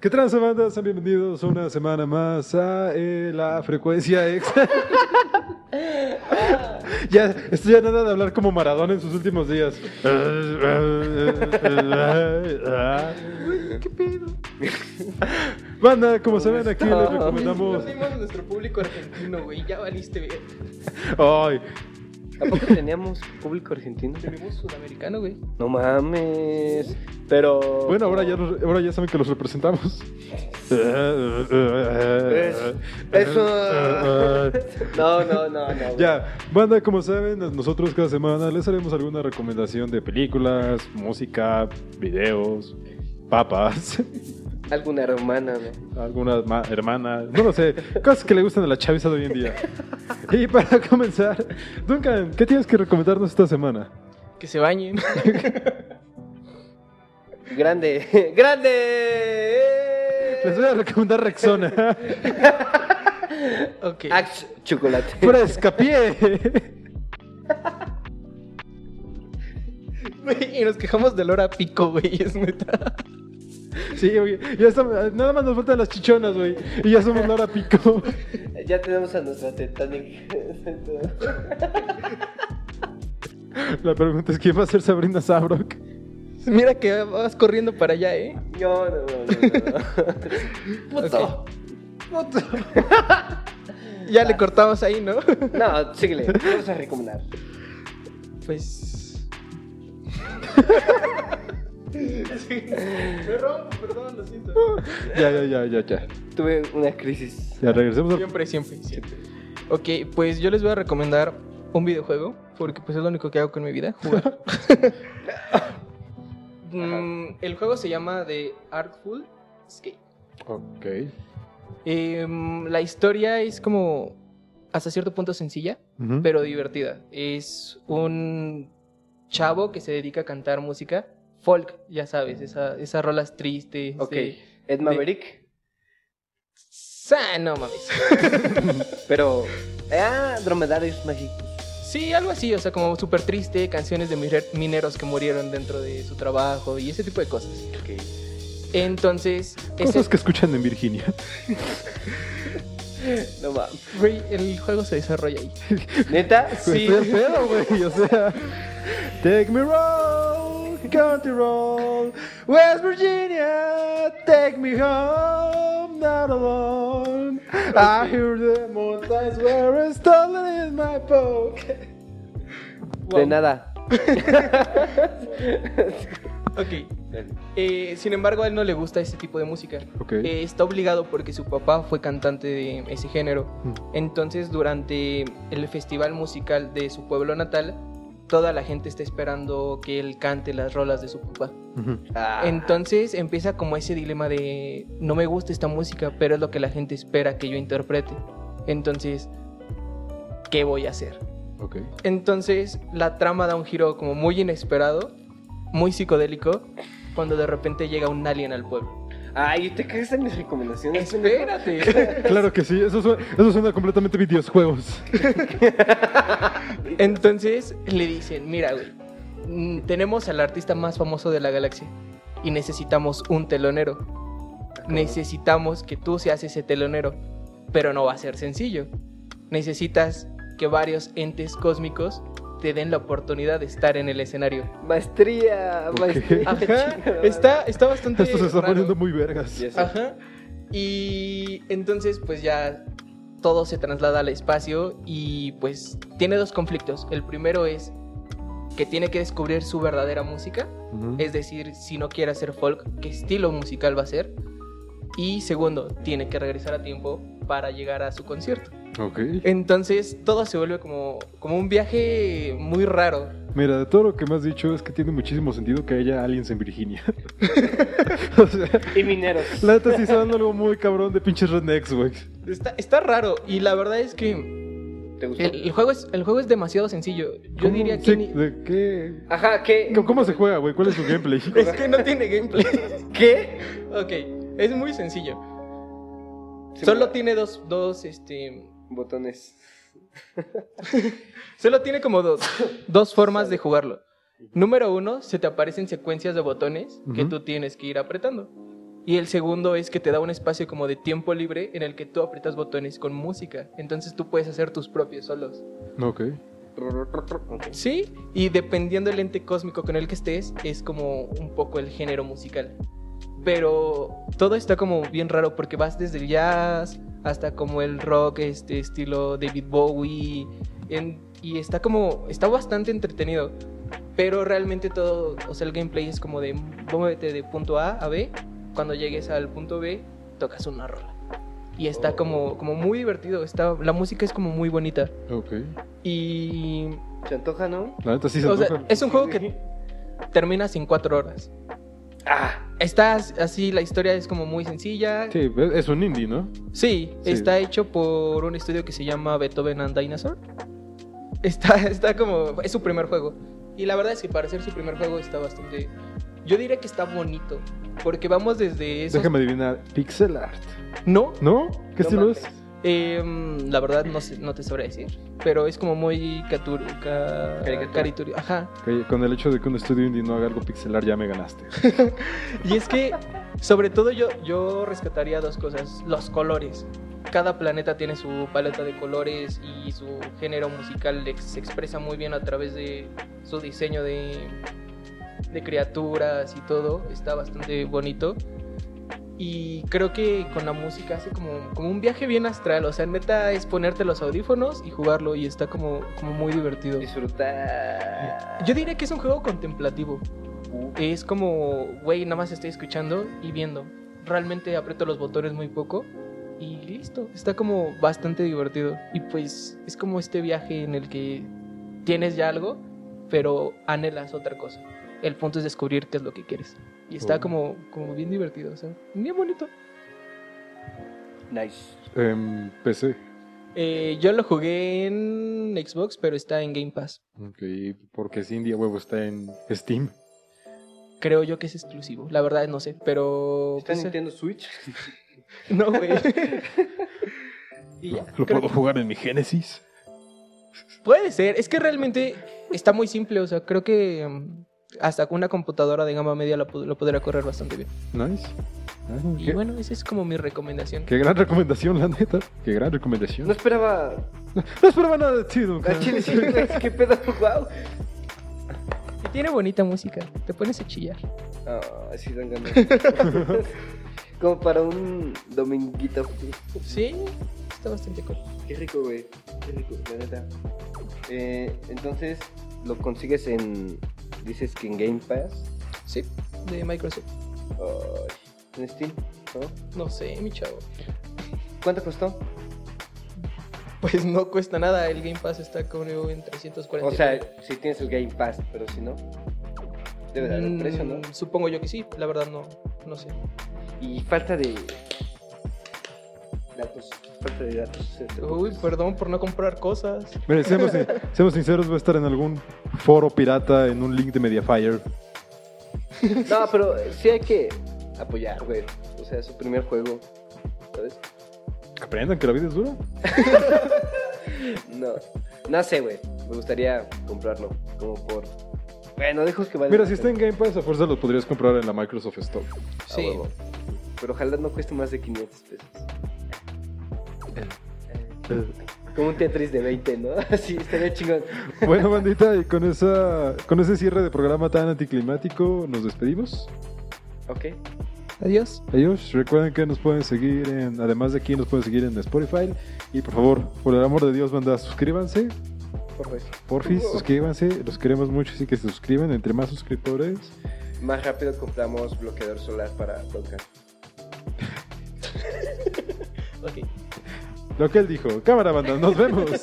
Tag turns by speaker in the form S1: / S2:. S1: ¿Qué trans, banda? Sean bienvenidos una semana más a eh, la frecuencia extra. ya, esto ya nada de hablar como Maradona en sus últimos días.
S2: ¿Qué pedo?
S1: Banda, como saben, aquí les recomendamos.
S2: Perdimos nuestro público argentino, güey. Ya valiste bien.
S1: Ay,
S3: Tampoco teníamos público argentino.
S2: Tenemos sudamericano, güey.
S3: No mames. Pero.
S1: bueno, ahora ya, los- ahora ya saben que los representamos.
S3: eso- No, no, no, no. güey.
S1: Ah. Ya, banda, como saben, nosotros cada semana les haremos alguna recomendación de películas, música, videos, papas,
S3: Alguna hermana, ¿no?
S1: algunas ma- hermanas, no lo sé, cosas que le gustan a la chaviza de hoy en día. Y para comenzar, Duncan, ¿qué tienes que recomendarnos esta semana?
S2: Que se bañen.
S3: Grande. ¡Grande!
S1: Les voy a recomendar Rexona,
S2: ok.
S3: Axe chocolate.
S1: fuera de escapié.
S2: Güey, y nos quejamos del hora pico, güey. Es neta.
S1: Sí, oye, ya estamos- nada más nos faltan las chichonas, güey, y ya somos la hora pico.
S3: Ya tenemos a nuestra Titanic.
S1: La pregunta es, ¿quién va a ser Sabrina Sabrok?
S2: Mira que vas corriendo para allá, ¿eh?
S3: no, no, no, no,
S2: Puto. Puto. ya le cortamos ahí, ¿no?
S3: no. No, síguele. ¿Qué vas a recomendar?
S2: pues. perdón, lo siento.
S1: Ya, ya, ya, ya, ya.
S3: Tuve una crisis.
S1: Ya regresemos al
S2: Siempre, siempre, siempre. Ok, pues yo les voy a recomendar un videojuego, porque pues es lo único que hago con mi vida, jugar. Mm, el juego se llama The Artful Escape.
S1: Ok.
S2: Em, la historia es como hasta cierto punto sencilla,
S1: Ujú.
S2: pero divertida. Es un chavo que se dedica a cantar música folk, ya sabes, esa- esas rolas tristes.
S3: Ok.
S2: de-
S3: Ed Maverick.
S2: Sa- no mames.
S3: Pero. Ah, dromedarios mágicos.
S2: Sí, algo así, o sea, como súper triste, canciones de miner- mineros que murieron dentro de su trabajo y ese tipo de cosas.
S3: Ok.
S2: Entonces, ese,
S1: Cosas que escuchan en Virginia.
S3: No mames.
S2: güey, el juego se desarrolla ahí.
S3: ¿Neta?
S1: Güey,
S2: Sí.
S1: Estoy al pedo, güey. O sea. Take me roll, country roll, West Virginia, take me home, not alone. I hear the mountains where it's stolen in my pocket.
S3: De nada.
S2: Ok. Eh, sin embargo, a él no le gusta ese tipo de música.
S1: Ok.
S2: Eh, está obligado porque su papá fue cantante de ese género.
S1: Mm.
S2: Entonces, durante el festival musical de su pueblo natal, toda la gente está esperando que él cante las rolas de su papá.
S1: Ujú.
S3: Ah,
S2: Entonces empieza como ese dilema de no me gusta esta música, pero es lo que la gente espera que yo interprete. Entonces, ¿qué voy a hacer?
S1: Ok.
S2: Entonces la trama da un giro como muy inesperado, muy psicodélico, cuando de repente llega un alien al pueblo.
S3: Ay, ¿te crees en mis recomendaciones?
S2: Espérate.
S1: Claro que sí, eso suena, eso suena completamente videojuegos.
S2: Entonces le dicen, mira, güey, mm, tenemos al artista más famoso de la galaxia y necesitamos un telonero. Necesitamos que tú seas ese telonero, pero no va a ser sencillo. Necesitas que varios entes cósmicos te den la oportunidad de estar en el escenario.
S3: Maestría,
S1: Ok.
S3: maestría.
S2: Ajá,
S3: chingada
S2: está, está bastante...
S1: Esto se está
S2: raro.
S1: poniendo muy vergas.
S3: Ya sé.
S2: Ajá. Y entonces pues ya todo se traslada al espacio y pues tiene dos conflictos. El primero es que tiene que descubrir su verdadera música,
S1: Ujú.
S2: es decir, si no quiere hacer folk, qué estilo musical va a ser. Y segundo, tiene que regresar a tiempo para llegar a su concierto.
S1: Ok.
S2: Entonces todo se vuelve como, como un viaje muy raro.
S1: Mira, de todo lo que me has dicho es que tiene muchísimo sentido que haya aliens en Virginia. o sea,
S3: Y mineros.
S1: la neta sí está dando algo muy cabrón de pinches rednecks, güey.
S2: Está, está raro y la verdad es que
S3: ¿Te gustó?
S2: el, el juego, es, el juego es demasiado sencillo. Yo
S1: ¿Cómo?
S2: diría que...
S1: Sí,
S2: ni-
S1: ¿De qué?
S3: Ajá, ¿qué?
S1: ¿Cómo, cómo se juega, güey? ¿Cuál es su gameplay?
S2: Es que no tiene gameplay.
S3: ¿Qué?
S2: ok, es muy sencillo.
S3: Sí,
S2: solo
S3: mira,
S2: tiene dos, dos, este...
S3: Botones.
S2: Solo tiene como dos, dos formas de jugarlo. Número uno, se te aparecen secuencias de botones que
S1: Ujú.
S2: tú tienes que ir apretando. Y el segundo es que te da un espacio como de tiempo libre en el que tú aprietas botones con música. Entonces tú puedes hacer tus propios solos.
S1: Ok.
S3: Ok.
S2: Sí, y dependiendo del ente cósmico con el que estés, es como un poco el género musical. Pero todo está como bien raro porque vas desde el jazz hasta como el rock, este estilo David Bowie, en- y está como, está bastante entretenido. Pero realmente todo, o sea, el gameplay es como de, muévete de punto A a B, cuando llegues al punto B, tocas una rola. Y está como, como muy divertido, está, la música es como muy bonita.
S1: Ok.
S2: Y
S3: ¿Se antoja, no?
S1: La neta sí se
S2: o sea,
S1: antoja.
S2: es un juego que terminas en cuatro horas.
S3: Ah,
S2: Estás así, la historia es como muy sencilla. Sí,
S1: Sí, es- es un indie, ¿no? Sí.
S2: está hecho por un estudio que se llama Beethoven and Dinosaur. Está, está como. Es su primer juego. Y la verdad es que para ser su primer juego está bastante. Yo diría que está bonito. Porque vamos desde eso.
S1: Déjame adivinar. Pixel art.
S2: No,
S1: ¿No? ¿Qué
S3: No
S1: estilo
S3: manches.
S1: es?
S2: em, la verdad no, sé- no te sabré decir. Pero es como muy catur, ca-
S3: Caricatura.
S2: caricaturi- Ajá.
S1: Ok, con el hecho de que un estudio indie no haga algo pixel art, ya me ganaste.
S2: Y es que, sobre todo, yo, yo rescataría dos cosas: los colores. Cada planeta tiene su paleta de colores y su género musical ex- se expresa muy bien a través de su diseño de, de criaturas y todo. Está bastante bonito. Y creo que con la música hace como, como un viaje bien astral. O sea, neta es ponerte los audífonos y jugarlo y está como, como muy divertido.
S3: disfrutar. Uh,
S2: Yo diría que es un juego contemplativo. Es como, güey, nada más estoy escuchando y viendo. Realmente aprieto los botones muy poco y listo. Está como bastante divertido. Y pues es como este viaje en el que tienes ya algo, pero anhelas otra cosa. El punto es descubrir qué es lo que quieres. Y está
S1: Oh.
S2: como, como bien divertido, o sea, bien bonito.
S3: Nice.
S1: Em, PC.
S2: Eh, yo lo jugué en Xbox, pero está en Game Pass.
S1: Ok, porque es indie, a huevo, está en Steam.
S2: Creo yo que es exclusivo. La verdad no sé, pero...
S3: ¿Está en
S2: pues, eh,
S3: Nintendo Switch?
S2: No, güey. y ya.
S1: ¿Lo
S2: Creo-
S1: puedo jugar en mi Genesis?
S2: Puede ser. Es que realmente está muy simple. O sea, creo que mm, hasta con una computadora de gama media lo, pod- lo podrá correr bastante bien.
S1: Nice. Ah,
S2: Y
S1: qué,
S2: bueno, esa es como mi recomendación.
S1: qué gran recomendación, la neta. Qué gran recomendación.
S3: No
S1: No,
S3: esperaba.
S1: esperaba nada de ti, don
S3: Ah,
S1: Carlos.
S3: chile, sí, güey, ¿Qué pedo? ¡Wow!
S2: Y tiene bonita música. Te pones a chillar.
S3: Ah, sí, dan ganas. Como para un dominguito.
S2: Sí, está bastante cool.
S3: Qué rico, güey. Qué rico, la neta. Eh, entonces, lo consigues en. Dices que en Game Pass.
S2: Sí, de Microsoft.
S3: Ay, en Steam, ¿no?
S2: No sé, mi chavo.
S3: ¿Cuánto costó?
S2: Pues no cuesta nada. El Game Pass está creo en 340.
S3: O sea, si tienes el Game Pass, pero si no. Debe dar el precio, ¿no?
S2: Mm, Supongo yo que sí. La verdad no, no sé.
S3: Y falta de. Datos. Falta de datos.
S2: Uy, perdón por no comprar cosas.
S1: Mire, seamos, seamos sinceros, va a estar en algún foro pirata, en un link de Mediafire.
S3: No, pero sí hay que apoyar, güey. O sea, su primer juego. ¿Sabes?
S1: Aprendan que la vida es dura.
S3: No. No sé, güey. Me gustaría comprarlo. Como por. Bueno, dejo que vale.
S1: Mira,
S3: la
S1: si está
S3: pena.
S1: en Game Pass, a fuerza lo podrías comprar en la Microsoft Store.
S3: A
S2: Sí.
S3: huevo. Pero ojalá no cueste más de 500 pesos. Eh, Como un Tetris de 20, ¿no? Así estaría chingón.
S1: Bueno, bandita, y con, esa, con ese cierre de programa tan anticlimático, nos despedimos.
S3: Ok.
S2: Adiós.
S1: Ellos recuerden que nos pueden seguir en, además de aquí, nos pueden seguir en Spotify. Y por favor, por el amor de Dios, banda, suscríbanse.
S3: Por eso.
S1: Porfis, suscríbanse. Los queremos mucho, así que se suscriben. Entre más suscriptores,
S3: Más rápido compramos bloqueador solar para tocar.
S2: Ok.
S1: lo que él dijo. Cámara, banda, nos vemos.